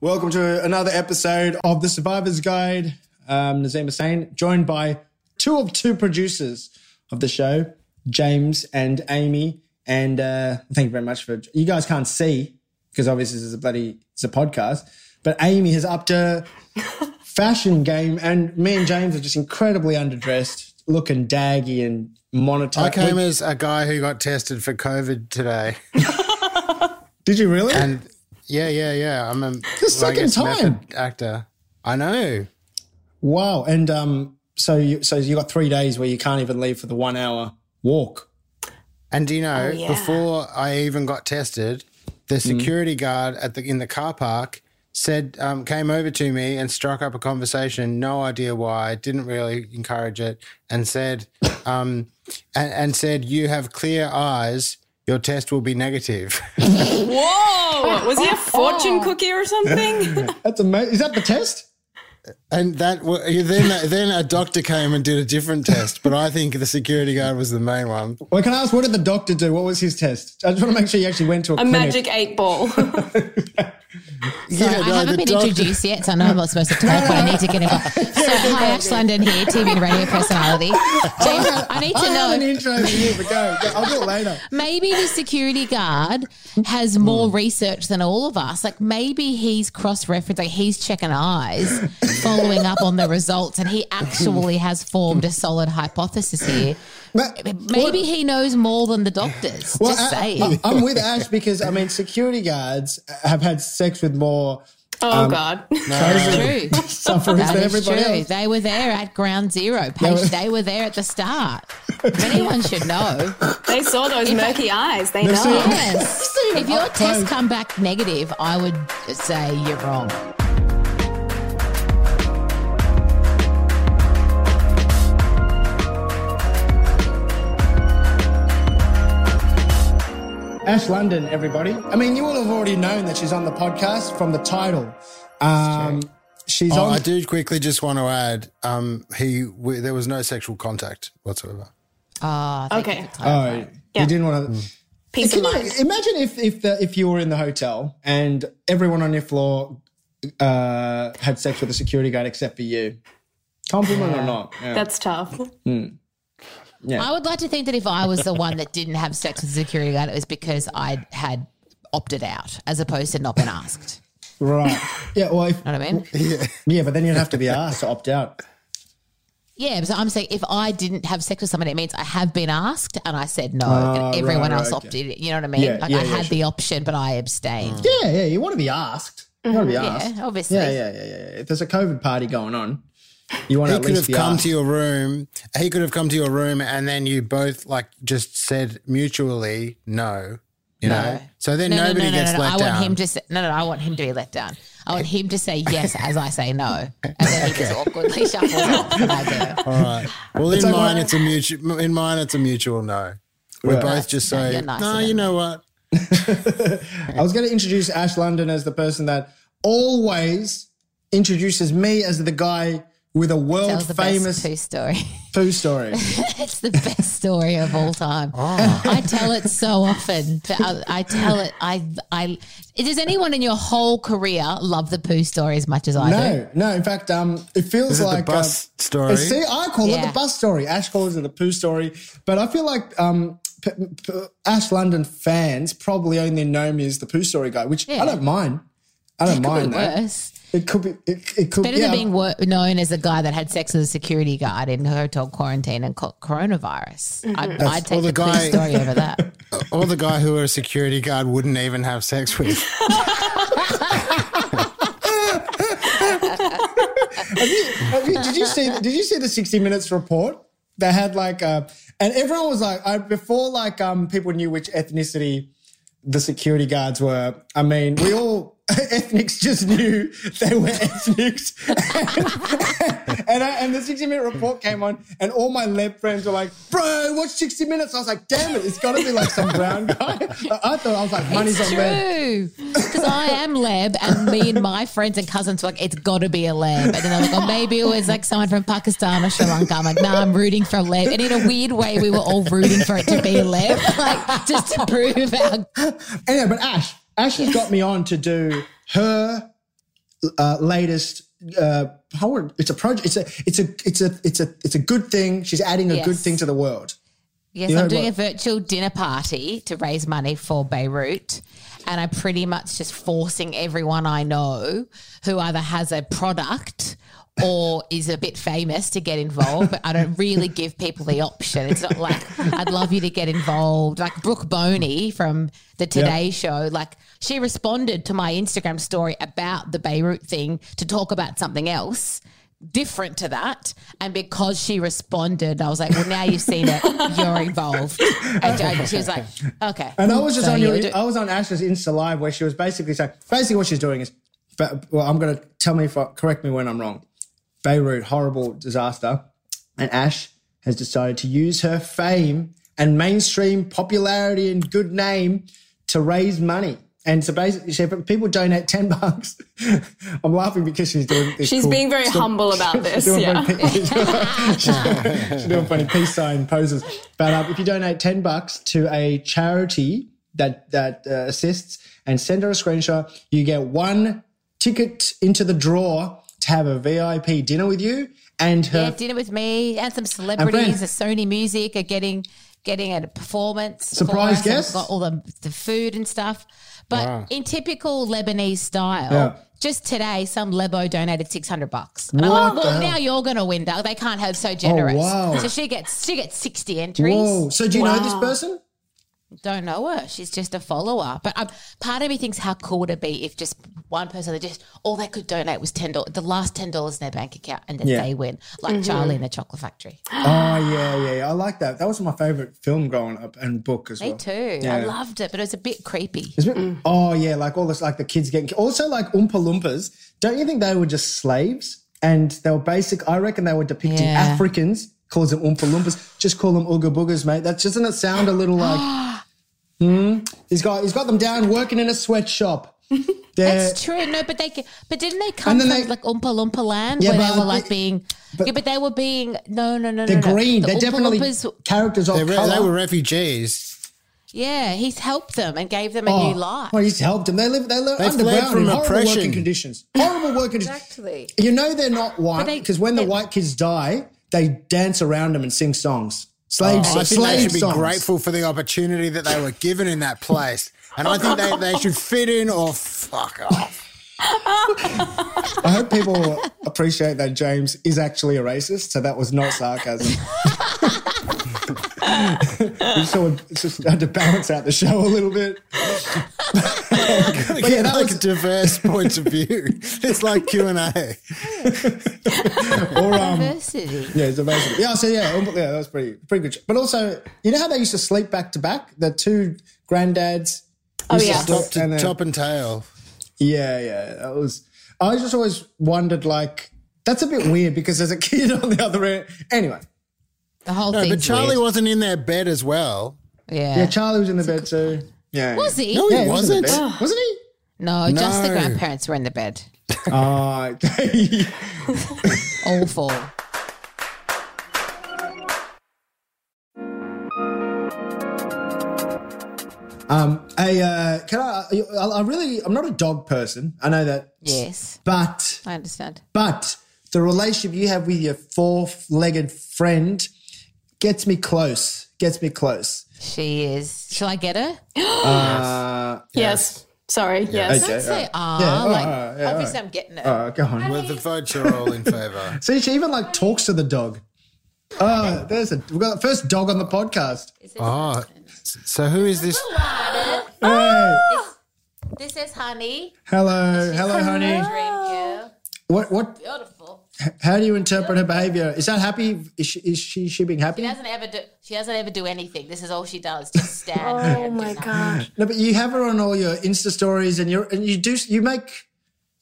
Welcome to another episode of The Survivor's Guide. Um, Nazim Hussain, joined by two of two producers of the show, James and Amy. And uh, thank you very much for you guys can't see because obviously this is a bloody it's a podcast. But Amy has upped her fashion game, and me and James are just incredibly underdressed, looking daggy and monotone. I came as a guy who got tested for COVID today, Did you really? and yeah, yeah, yeah. I'm a second it's time. method actor. I know. Wow. And um, so you so you got three days where you can't even leave for the one hour walk. And do you know, yeah. before I even got tested, Mm. the security guard at the in the car park said um, came over to me and struck up a conversation. No idea why. Didn't really encourage it, and said, um, and, and said, "You have clear eyes. Your test will be negative." Whoa! Oh, Was he a fortune cookie or something? That's amazing. Is that the test? And that wa- then then a doctor came and did a different test, but I think the security guard was the main one. Well, can I ask what did the doctor do? What was his test? I just want to make sure you actually went to a, a clinic. magic eight ball. yeah, I haven't been introduced yet, so I know I'm not supposed to talk, but I need to get involved. So, hi, Ash London here, TV and radio personality. James, I need I to have an know. intro for you, but go. Go. I'll do it later. Maybe the security guard has more Hmm. research than all of us. Like maybe he's cross-referencing, like he's checking eyes, following up on the results, and he actually has formed a solid hypothesis here. But- Maybe he knows more than the doctors. well, Just I, saying. am with Ash because I mean, security guards have had sex with more Oh God! True. sufferers That than is everybody true. else. They were there at ground zero. were- Paige, they were there at the start. If anyone should know. They saw those murky eyes. They They've seen- know. Yes. If your test come back negative, I would say you're wrong. Ash London, everybody. I mean, you all have already known that she's on the podcast from the title. Um, she's Oh, on. I do quickly just want to add, um, he we, there was no sexual contact whatsoever. Oh, thank Okay, Oh, Yeah. you didn't want to. Mm. peace of Can you mind. imagine if if the, if you were in the hotel and everyone on your floor uh, had sex with a security guard except for you? Compliment or not? Yeah. That's tough. I would like to think that if I was the one that didn't have sex with the security guard, it was because I had opted out as opposed to not been asked. right. Yeah. Well, if, You know what I mean? yeah, but then you'd have to be asked to opt out. Yeah, so I'm saying if I didn't have sex with someone, it means I have been asked and I said no, Ah, and everyone right, else right, opted. You know what I mean? Yeah, like yeah, I yeah, had the option, but I abstained. Yeah, yeah. You want to be asked. You want to be asked. Mm-hmm. Yeah, obviously. Ah. Yeah, yeah, yeah, yeah. yeah. If there's a COVID party going on, you want to He at could least have be come asked. to your room. He could have come to your room, and then you both like just said mutually no. You know, so then No, no, no, nobody no, no, gets no. let I down. want him to say, no, no, no. I want him to be let down. I want him to say yes as I say no, and then he just awkwardly shuffles off. and I go, All right. Well, in like mine, what- it's a mutual. In mine, it's a mutual no. We're Right. both just No, say, you're no, nicer than you know what? I was going to introduce Ash London as the person that always introduces me as the guy with a world Tells the famous best poo story. poo story. it's the best story of all time. Ah. I tell it so often. but I, I tell it. I. I. Does anyone in your whole career love the poo story as much as I do? No, no. In fact, um, it feels Is it like the bus um, story? See, I call it Yeah. the bus story. Ash calls it the poo story. But I feel like um, p- p- Ash London fans probably only know me as the poo story guy, which I Yeah. don't mind. I don't Could be mind that. worse. It could be. It, it could Better yeah, than being wor- known as a guy that had sex with a security guard in hotel quarantine and co- coronavirus. I'd, I'd Well, take the the, poo guy- story over that. Or the guy who a security guard wouldn't even have sex with. Have you- did you see? Did you see the sixty minutes report? They had like, uh, and everyone was like, I, before like um, people knew which ethnicity the security guards were. I mean, we all ethnics just knew they were ethnics, and and, I, and the sixty minute report came on, and all my lab friends were like, "Bro, watch sixty minutes." I was like, "Damn it, it's got to be like some brown guy." I thought I was like, "Money's It's on red." true. Because I am lab, and me and my friends and cousins were like, it's got to be a lab. And then they're like, oh, maybe it was like someone from Pakistan or Sri Lanka. I'm like, nah, I'm rooting for a lab. And in a weird way, we were all rooting for it to be a lab, like just to prove our. Anyway, but Ash, Ash has got me on to do her uh, latest. Uh, how would- it's a project. It's a it's a it's a it's a it's a good thing. She's adding a good Yes. thing to the world. Yes, You I'm know doing what? a virtual dinner party to raise money for Beirut. And I'm pretty much just forcing everyone I know who either has a product or is a bit famous to get involved. But I don't really give people the option. It's not like I'd love you to get involved. Like Brooke Boney from the Today Show, like she responded to my Instagram story about the Beirut thing to talk about something else different to that. And because she responded, I was like, well, now you've seen it, you're involved. And I- she was like, okay. And uh, I was just So on your, you do- I was on Ash's Insta live where she was basically saying, basically what she's doing is, but well, I'm gonna tell me if I, correct me when I'm wrong. Beirut horrible disaster, and Ash has decided to use her fame and mainstream popularity and good name to raise money. And so basically, she, people donate ten bucks. I'm laughing because she's doing. This She's cool- being very she's doing- humble about she's this. doing Yeah. funny pe- she's doing- she's doing- she's doing funny peace sign poses. But um, if you donate ten bucks to a charity that that uh, assists and send her a screenshot, you get one ticket into the draw to have a VIP dinner with you and yeah, her. dinner with me and some celebrities, Brent. the Sony Music are getting getting at a performance. for Surprise us, and we've guests? Got all the, the food and stuff. But in typical Lebanese style, Yeah. just today, some Lebo donated six hundred bucks. And I'm What like, the well, hell? now you're gonna win, Doug. They can't have so generous. wow. So she gets she gets sixty entries. Whoa! So do you know this Wow. person? don't know her. She's just a follower. But um, part of me thinks how cool would it be if just one person that just all they could donate was ten dollars, the last ten dollars in their bank account, and then Yeah. they win, like Charlie in the Chocolate Factory. Oh yeah, yeah, yeah. I like that. That was my favorite film growing up and book as Me well. too. I Yeah. loved it, but it was a bit creepy. It's a bit- Oh yeah, like all this, like the kids getting also like Oompa Loompas. Don't you think they were just slaves? And they were basic. I reckon they were depicting Yeah. Africans. Calls them Oompa Loompas. Just call them Ooga Boogers, mate. That doesn't it sound a little like? hmm. He's got he's got them down working in a sweatshop. They're, It's true, no, but they ca- but didn't they come then from they- like Oompa Loompa land Yeah, where but they I were like think- being but- yeah, but they were being no no no they're no no. green. The they're Oompa definitely Loompas- characters of They, re- color. they were refugees. yeah. He's helped them and gave them a Oh, new life. Well, he's helped them. They live. They live They fled underground from in horrible oppression. working conditions. Horrible working conditions. Exactly. You know they're not white they- because when the they- white kids die, they dance around them and sing songs. Slave, Oh, I songs. think they slave should be songs. grateful for the opportunity that they were given in that place. And I think they, they should fit in or fuck off. I hope people appreciate that James is actually a racist, so that was not sarcasm. We just sort of- just had to balance out the show a little bit. But yeah, that like was- diverse points of view. It's like Q and A. Or um, Diversity. Yeah, it's amazing. Yeah, so yeah, um, yeah, that was pretty pretty good. But also, you know how they used to sleep back to back, the two granddads. Oh, yeah. Top to And then- top and tail. Yeah, yeah, that was. I just always wondered, like, that's a bit weird because there's a kid on the other end. Anyway, The whole No, thing. but Charlie wasn't in their bed as well. yeah. yeah, Charlie was in the bed too. Yeah, was he? Ah. No, he Yeah, he was in wasn't. the bed. wasn't he? No, just the No. grandparents were in the bed. Oh, All four. um, I uh, can I? I I really, I'm not a dog person. I know that, Yes, but I understand. But the relationship you have with your four legged friend gets me close. Gets me close. She is. Shall I get her? Uh, Yes. Sorry. Yes. Okay. Don't say ah. Yeah, all right, like all right, yeah, obviously, I'm getting her. uh, go on. Well, the votes are all in favour. See, she even like talks to the dog. Oh, there's a we've got the first dog on the podcast. oh, so who is this? Hey, Oh! This is Honey. Oh. hello, hello, honey. Dream girl. What, what? Beautiful. How do you interpret her behavior? Is that happy? Is she, is she, she being happy? She doesn't ever do. She doesn't ever do anything. This is all she does. Just stand. Oh my gosh. No, but you have her on all your Insta stories, and you are and you do you make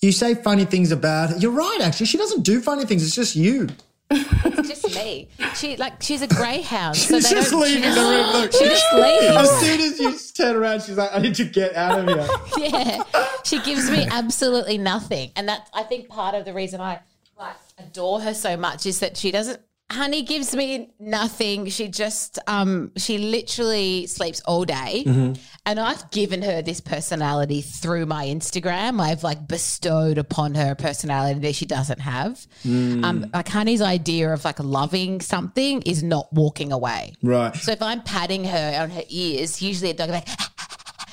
you say funny things about her. You're right, actually. She doesn't do funny things. It's just you. It's just me. She like she's a greyhound. so She's they just don't- she leaving the just- room. Look. She just leaves. As soon as you turn around, she's like, I need to get out of here. yeah, she gives me absolutely nothing, and that's I think part of the reason I like adore her so much is that she doesn't Honey gives me nothing. She just, um, she literally sleeps all day. And I've given her this personality through my Instagram. I've like bestowed upon her a personality that she doesn't have. Um, like Honey's idea of like loving something is not walking away. Right. So if I'm patting her on her ears, usually a dog like,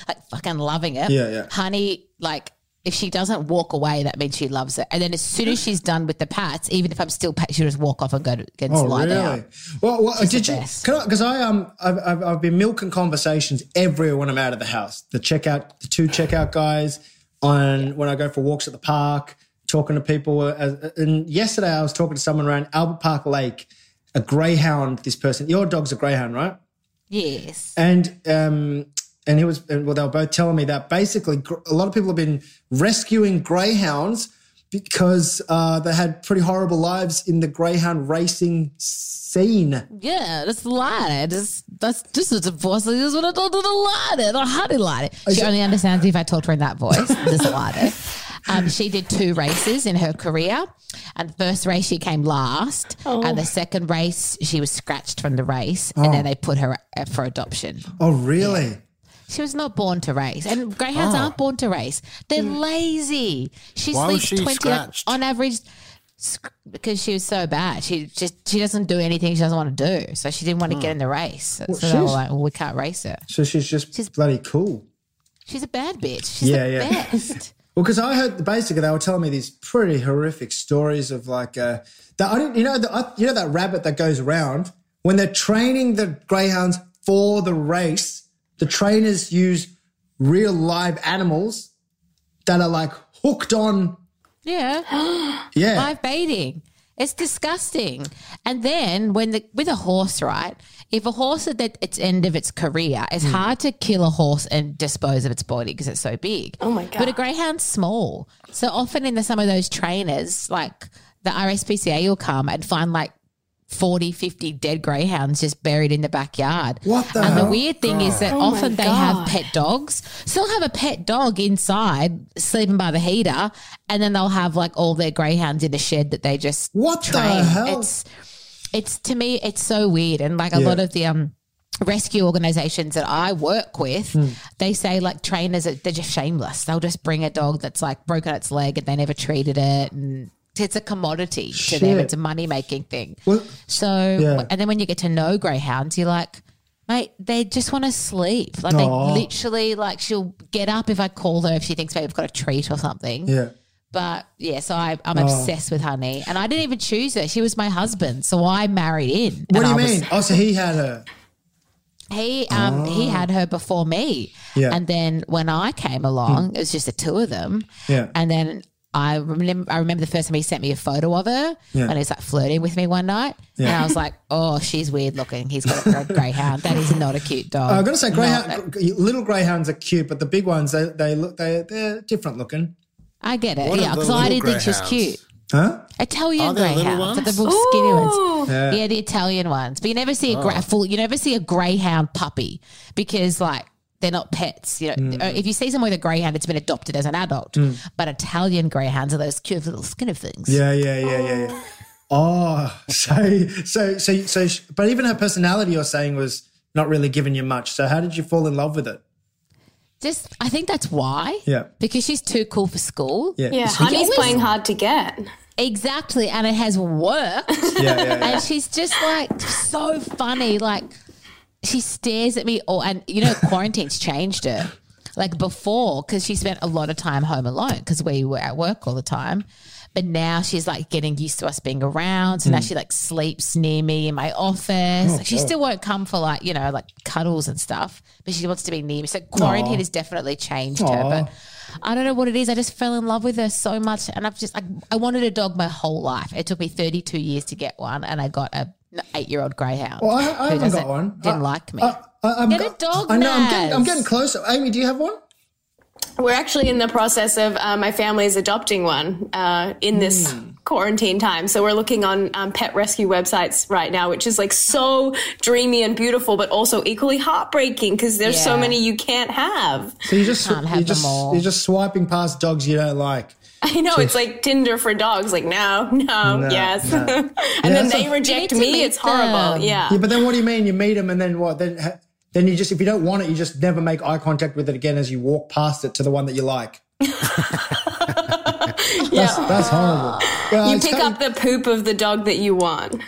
like fucking loving it. Yeah, yeah. Honey, like if she doesn't walk away, that means she loves it. And then as soon as she's done with the pats, even if I'm still pat, she'll just walk off and go to, get Oh, slide really? out. Well, well did you? best. Can I? Because I um, I've, I've, I've been milking conversations everywhere when I'm out of the house. The checkout, the two checkout guys, on when I go for walks at the park, talking to people. As, and yesterday I was talking to someone around Albert Park Lake, a greyhound. This person, your dog's a greyhound, right? Yes. and um, and he was and well, they were both telling me that basically gr- a lot of people have been rescuing greyhounds because uh, they had pretty horrible lives in the greyhound racing scene. Yeah, that's lied. That's that's just it's a voice. This is what I told her to lie. It. I had to lie. It. She only understands if I told her in that voice. This lie. It. Um, she did two races in her career, and the first race she came last, and the second race she was scratched from the race, and then they put her up for adoption. Oh, really? She was not born to race, and greyhounds aren't born to race. They're lazy. She Why was sleeps she twenty scratched? on average sc- because she was so bad. She just she doesn't do anything she doesn't want to do, so she didn't want to get in the race. So, so they were she's- like, well, "We can't race her. So she's just She's- bloody cool. She's a bad bitch. She's Yeah, the yeah. best." Well, because I heard basically they were telling me these pretty horrific stories of like uh, that. I didn't, you know, the, I, you know that rabbit that goes around when they're training the greyhounds for the race. The trainers use real live animals that are like hooked on. yeah, Yeah, live baiting. It's disgusting. And then when the with a horse, right? If a horse is at its end of its career, it's Hmm. hard to kill a horse and dispose of its body because it's so big. Oh my But a God. greyhound's small, so often in the, some of those trainers, like the RSPCA, will come and find like 40, 50 dead greyhounds just buried in the backyard. What the And hell? the weird thing is that Oh my often they have God. pet dogs. So they'll have a pet dog inside sleeping by the heater, and then they'll have like all their greyhounds in a shed that they just What the train. hell? It's it's to me it's so weird, and like a Yeah. lot of the um. Rescue organizations that I work with, Hmm. they say like trainers, are, they're just shameless. They'll just bring a dog that's like broken its leg and they never treated it. And it's a commodity to them, Shit. it's a money making thing. Well, So, Yeah. and then when you get to know greyhounds, you're like, mate, they just want to sleep. Like Aw. they literally, like she'll get up if I call her if she thinks maybe I've got a treat or something. yeah. But yeah, so I, I'm obsessed with Honey, and I didn't even choose her. She was my husband, so I married in. What And do you I was- mean? oh, so he had her. he um Oh. he had her before me. Yeah. And then when I came along, Hmm. it was just the two of them. Yeah. And then I remember I remember the first time he sent me a photo of her Yeah. and he's like flirting with me one night. And I was like, Oh, she's weird looking. He's got a gre- greyhound. That is not a cute dog. I've got to say, greyhound, little greyhounds are cute, but the big ones they they look they they're different looking. I get it. What are yeah, the because I little didn't think she was greyhounds? cute. Huh? Italian Are they little greyhounds, like the ones? little skinny ones. Ooh. Yeah. Oh. Yeah, the Italian ones. But you never see a gra- full. You never see a greyhound puppy because like they're not pets. You know, Mm. Uh, if you see someone with a greyhound, it's been adopted as an adult. But Italian greyhounds are those cute little skinny things. Yeah, yeah, yeah, yeah, yeah. Oh, so, so, so, so, sh- but even her personality you're saying was not really giving you much. So, how did you fall in love with it? Just, I think that's why. Yeah. Because she's too cool for school. Yeah. Yeah, So- honey's playing hard to get. Exactly, and it has worked. yeah, yeah, yeah. and she's just like so funny. Like she stares at me, or and you know, quarantine's changed her. Like before, because she spent a lot of time home alone because we were at work all the time. But now she's like getting used to us being around. So now she like sleeps near me in my office. Like, she still won't come for like, you know, like cuddles and stuff, but she wants to be near me. So quarantine has definitely changed her. Aw. But I don't know what it is. I just fell in love with her so much, and I've just I, I wanted a dog my whole life. It took me 32 years to get one, and I got a eight year old greyhound. Well, I, I haven't got doesn't- one. Didn't I- like me. I, I, I'm Get a got- dog, I know. I'm getting, I'm Naz. getting close. Amy, do you have one? We're actually in the process of uh, my family is adopting one uh, in this quarantine time. So we're looking on um, pet rescue websites right now, which is like so dreamy and beautiful, but also equally heartbreaking because there's so Yeah. many you can't have. So you just Can't have you just them all. you're just swiping past dogs you don't like. I know it's like Tinder for dogs. Like no, no, No, yes, no. and that's then they a- need reject to me. meet It's horrible. them. Yeah. Yeah, but then what do you mean? You meet them and then what? Then ha- then you just if you don't want it, you just never make eye contact with it again as you walk past it to the one that you like. that's, that's horrible. Yeah, you it's pick kind up the poop of the dog that you want.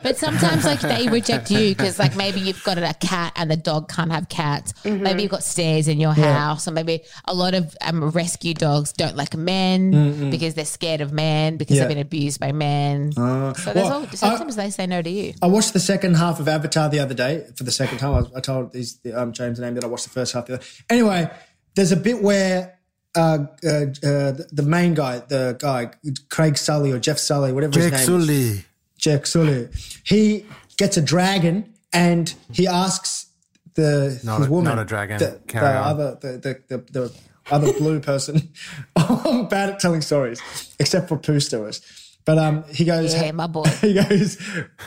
But sometimes, like, they reject you because, like, maybe you've got a cat and the dog can't have cats. Mm-hmm. Maybe you've got stairs in your house, or maybe a lot of um, rescue dogs don't like men because they're scared of men because Yeah. Uh, they've been abused by men. so there's well, all, sometimes they say no to you. I watched the second half of Avatar the other day for the second time. I, was- I told these, um, James and Amy that I watched the first half. The other. Anyway, there's a bit where uh, uh, uh, the- the main guy, the guy Craig Sully or Jeff Sully, whatever his name, is. Sully. Jack Sully, he gets a dragon and he asks the Not his a- woman, not a dragon. the, Carry the on. other the the, the, the other blue person. I'm bad at telling stories, except for poo stories. But um, he goes, Yeah, my boy. he goes,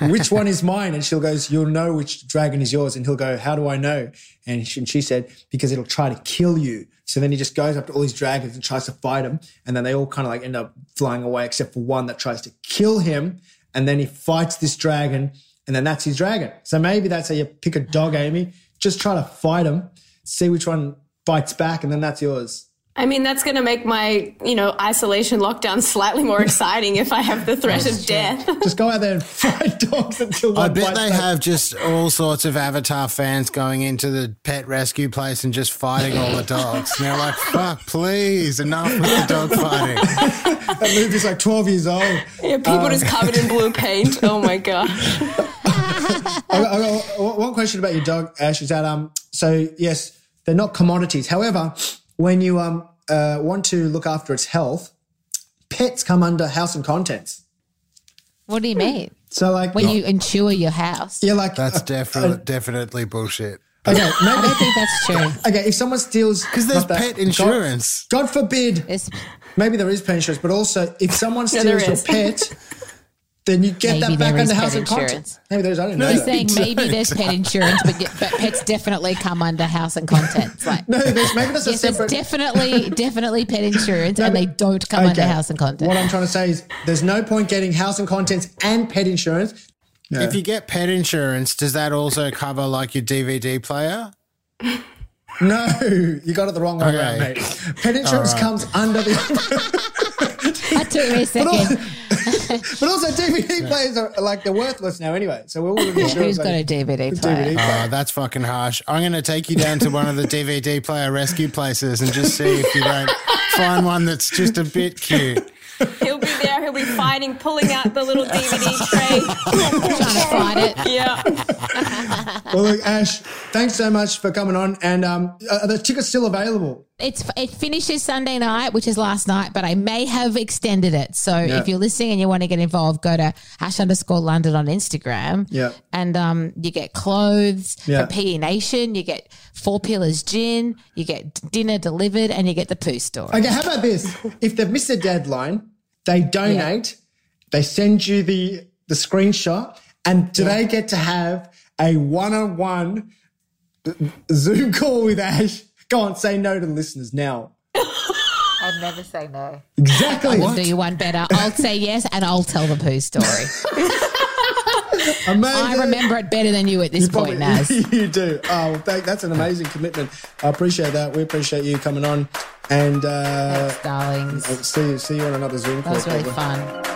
which one is mine? And she'll goes, you'll know which dragon is yours. And he'll go, how do I know? And she, and she said, because it'll try to kill you. So then he just goes up to all these dragons and tries to fight them. And then they all kind of like end up flying away, except for one that tries to kill him. And then he fights this dragon and then that's his dragon. So maybe that's how you pick a dog, Amy. Just try to fight him, see which one bites back. And then that's yours. I mean, that's going to make my you know isolation lockdown slightly more exciting if I have the threat of death. Just go out there and fight dogs until I one bet bites they back. have just all sorts of Avatar fans going into the pet rescue place and just fighting all the dogs. And they're like, fuck, please, enough with the dog fighting. That movie's like 12 years old. Yeah, people just covered in blue paint. Oh my gosh. I got, I got one- Oh, one question about your dog, Ash, is that um, so yes, they're not commodities. However, when you um uh, want to look after its health, pets come under house and contents. What do you mean? So like, When you insure your house, yeah, like That's uh, definitely definitely bullshit. okay, I don't maybe think that's true. okay. If someone steals, Because there's not that- pet insurance. God, God forbid, It's, maybe there is pet insurance, but also if someone steals there your is. pet, then you get Maybe that back there is under pet house and contents. insurance. Maybe there is. I don't know. you're that. saying maybe there's pet insurance, but, get, but pets definitely come under house and contents. Like, No, there's, maybe there's a Yes, separate. it's definitely, definitely pet insurance, and they don't come under house and What content. I'm trying to say is there's no point getting house and contents and pet insurance. If you get pet insurance, does that also cover like your DVD player? No, you got it the wrong way around, Okay. mate. Pet insurance All right. comes under the. That took me a second. but also, DVD players are like they're worthless now anyway. So we're all in insurance. Who's on got a it. DVD DVD player? player. Oh, that's fucking harsh. I'm going to take you down to one of the DVD player rescue places and just see if you don't find one that's just a bit cute. He'll be there. He'll be fighting, pulling out the little DVD Trying to find it. tray. Yeah. Well, look, Ash, thanks so much for coming on. And um, are the tickets still available? It's it finishes Sunday night, which is last night, but I may have extended it. So if you're listening and you want to get involved, go to hash underscore London on Instagram. Yeah. and um, you get clothes Yeah. from PE Nation. You get Four Pillars gin. You get dinner delivered, and you get the poo store. Okay, how about this? If they've missed a deadline, they donate, they send you the the screenshot, and do they get to have a one on one Zoom call with Ash? Go on, say no to the listeners now. I'd never say no. Exactly. Do you one better? I'll say yes, and I'll tell the poo story. Amazing. I remember it better than you at this point, Naz. you do. Oh, well, thank, that's an amazing commitment. I appreciate that. We appreciate you coming on, and uh, Darlings. see see you on another Zoom That call. was really probably. fun.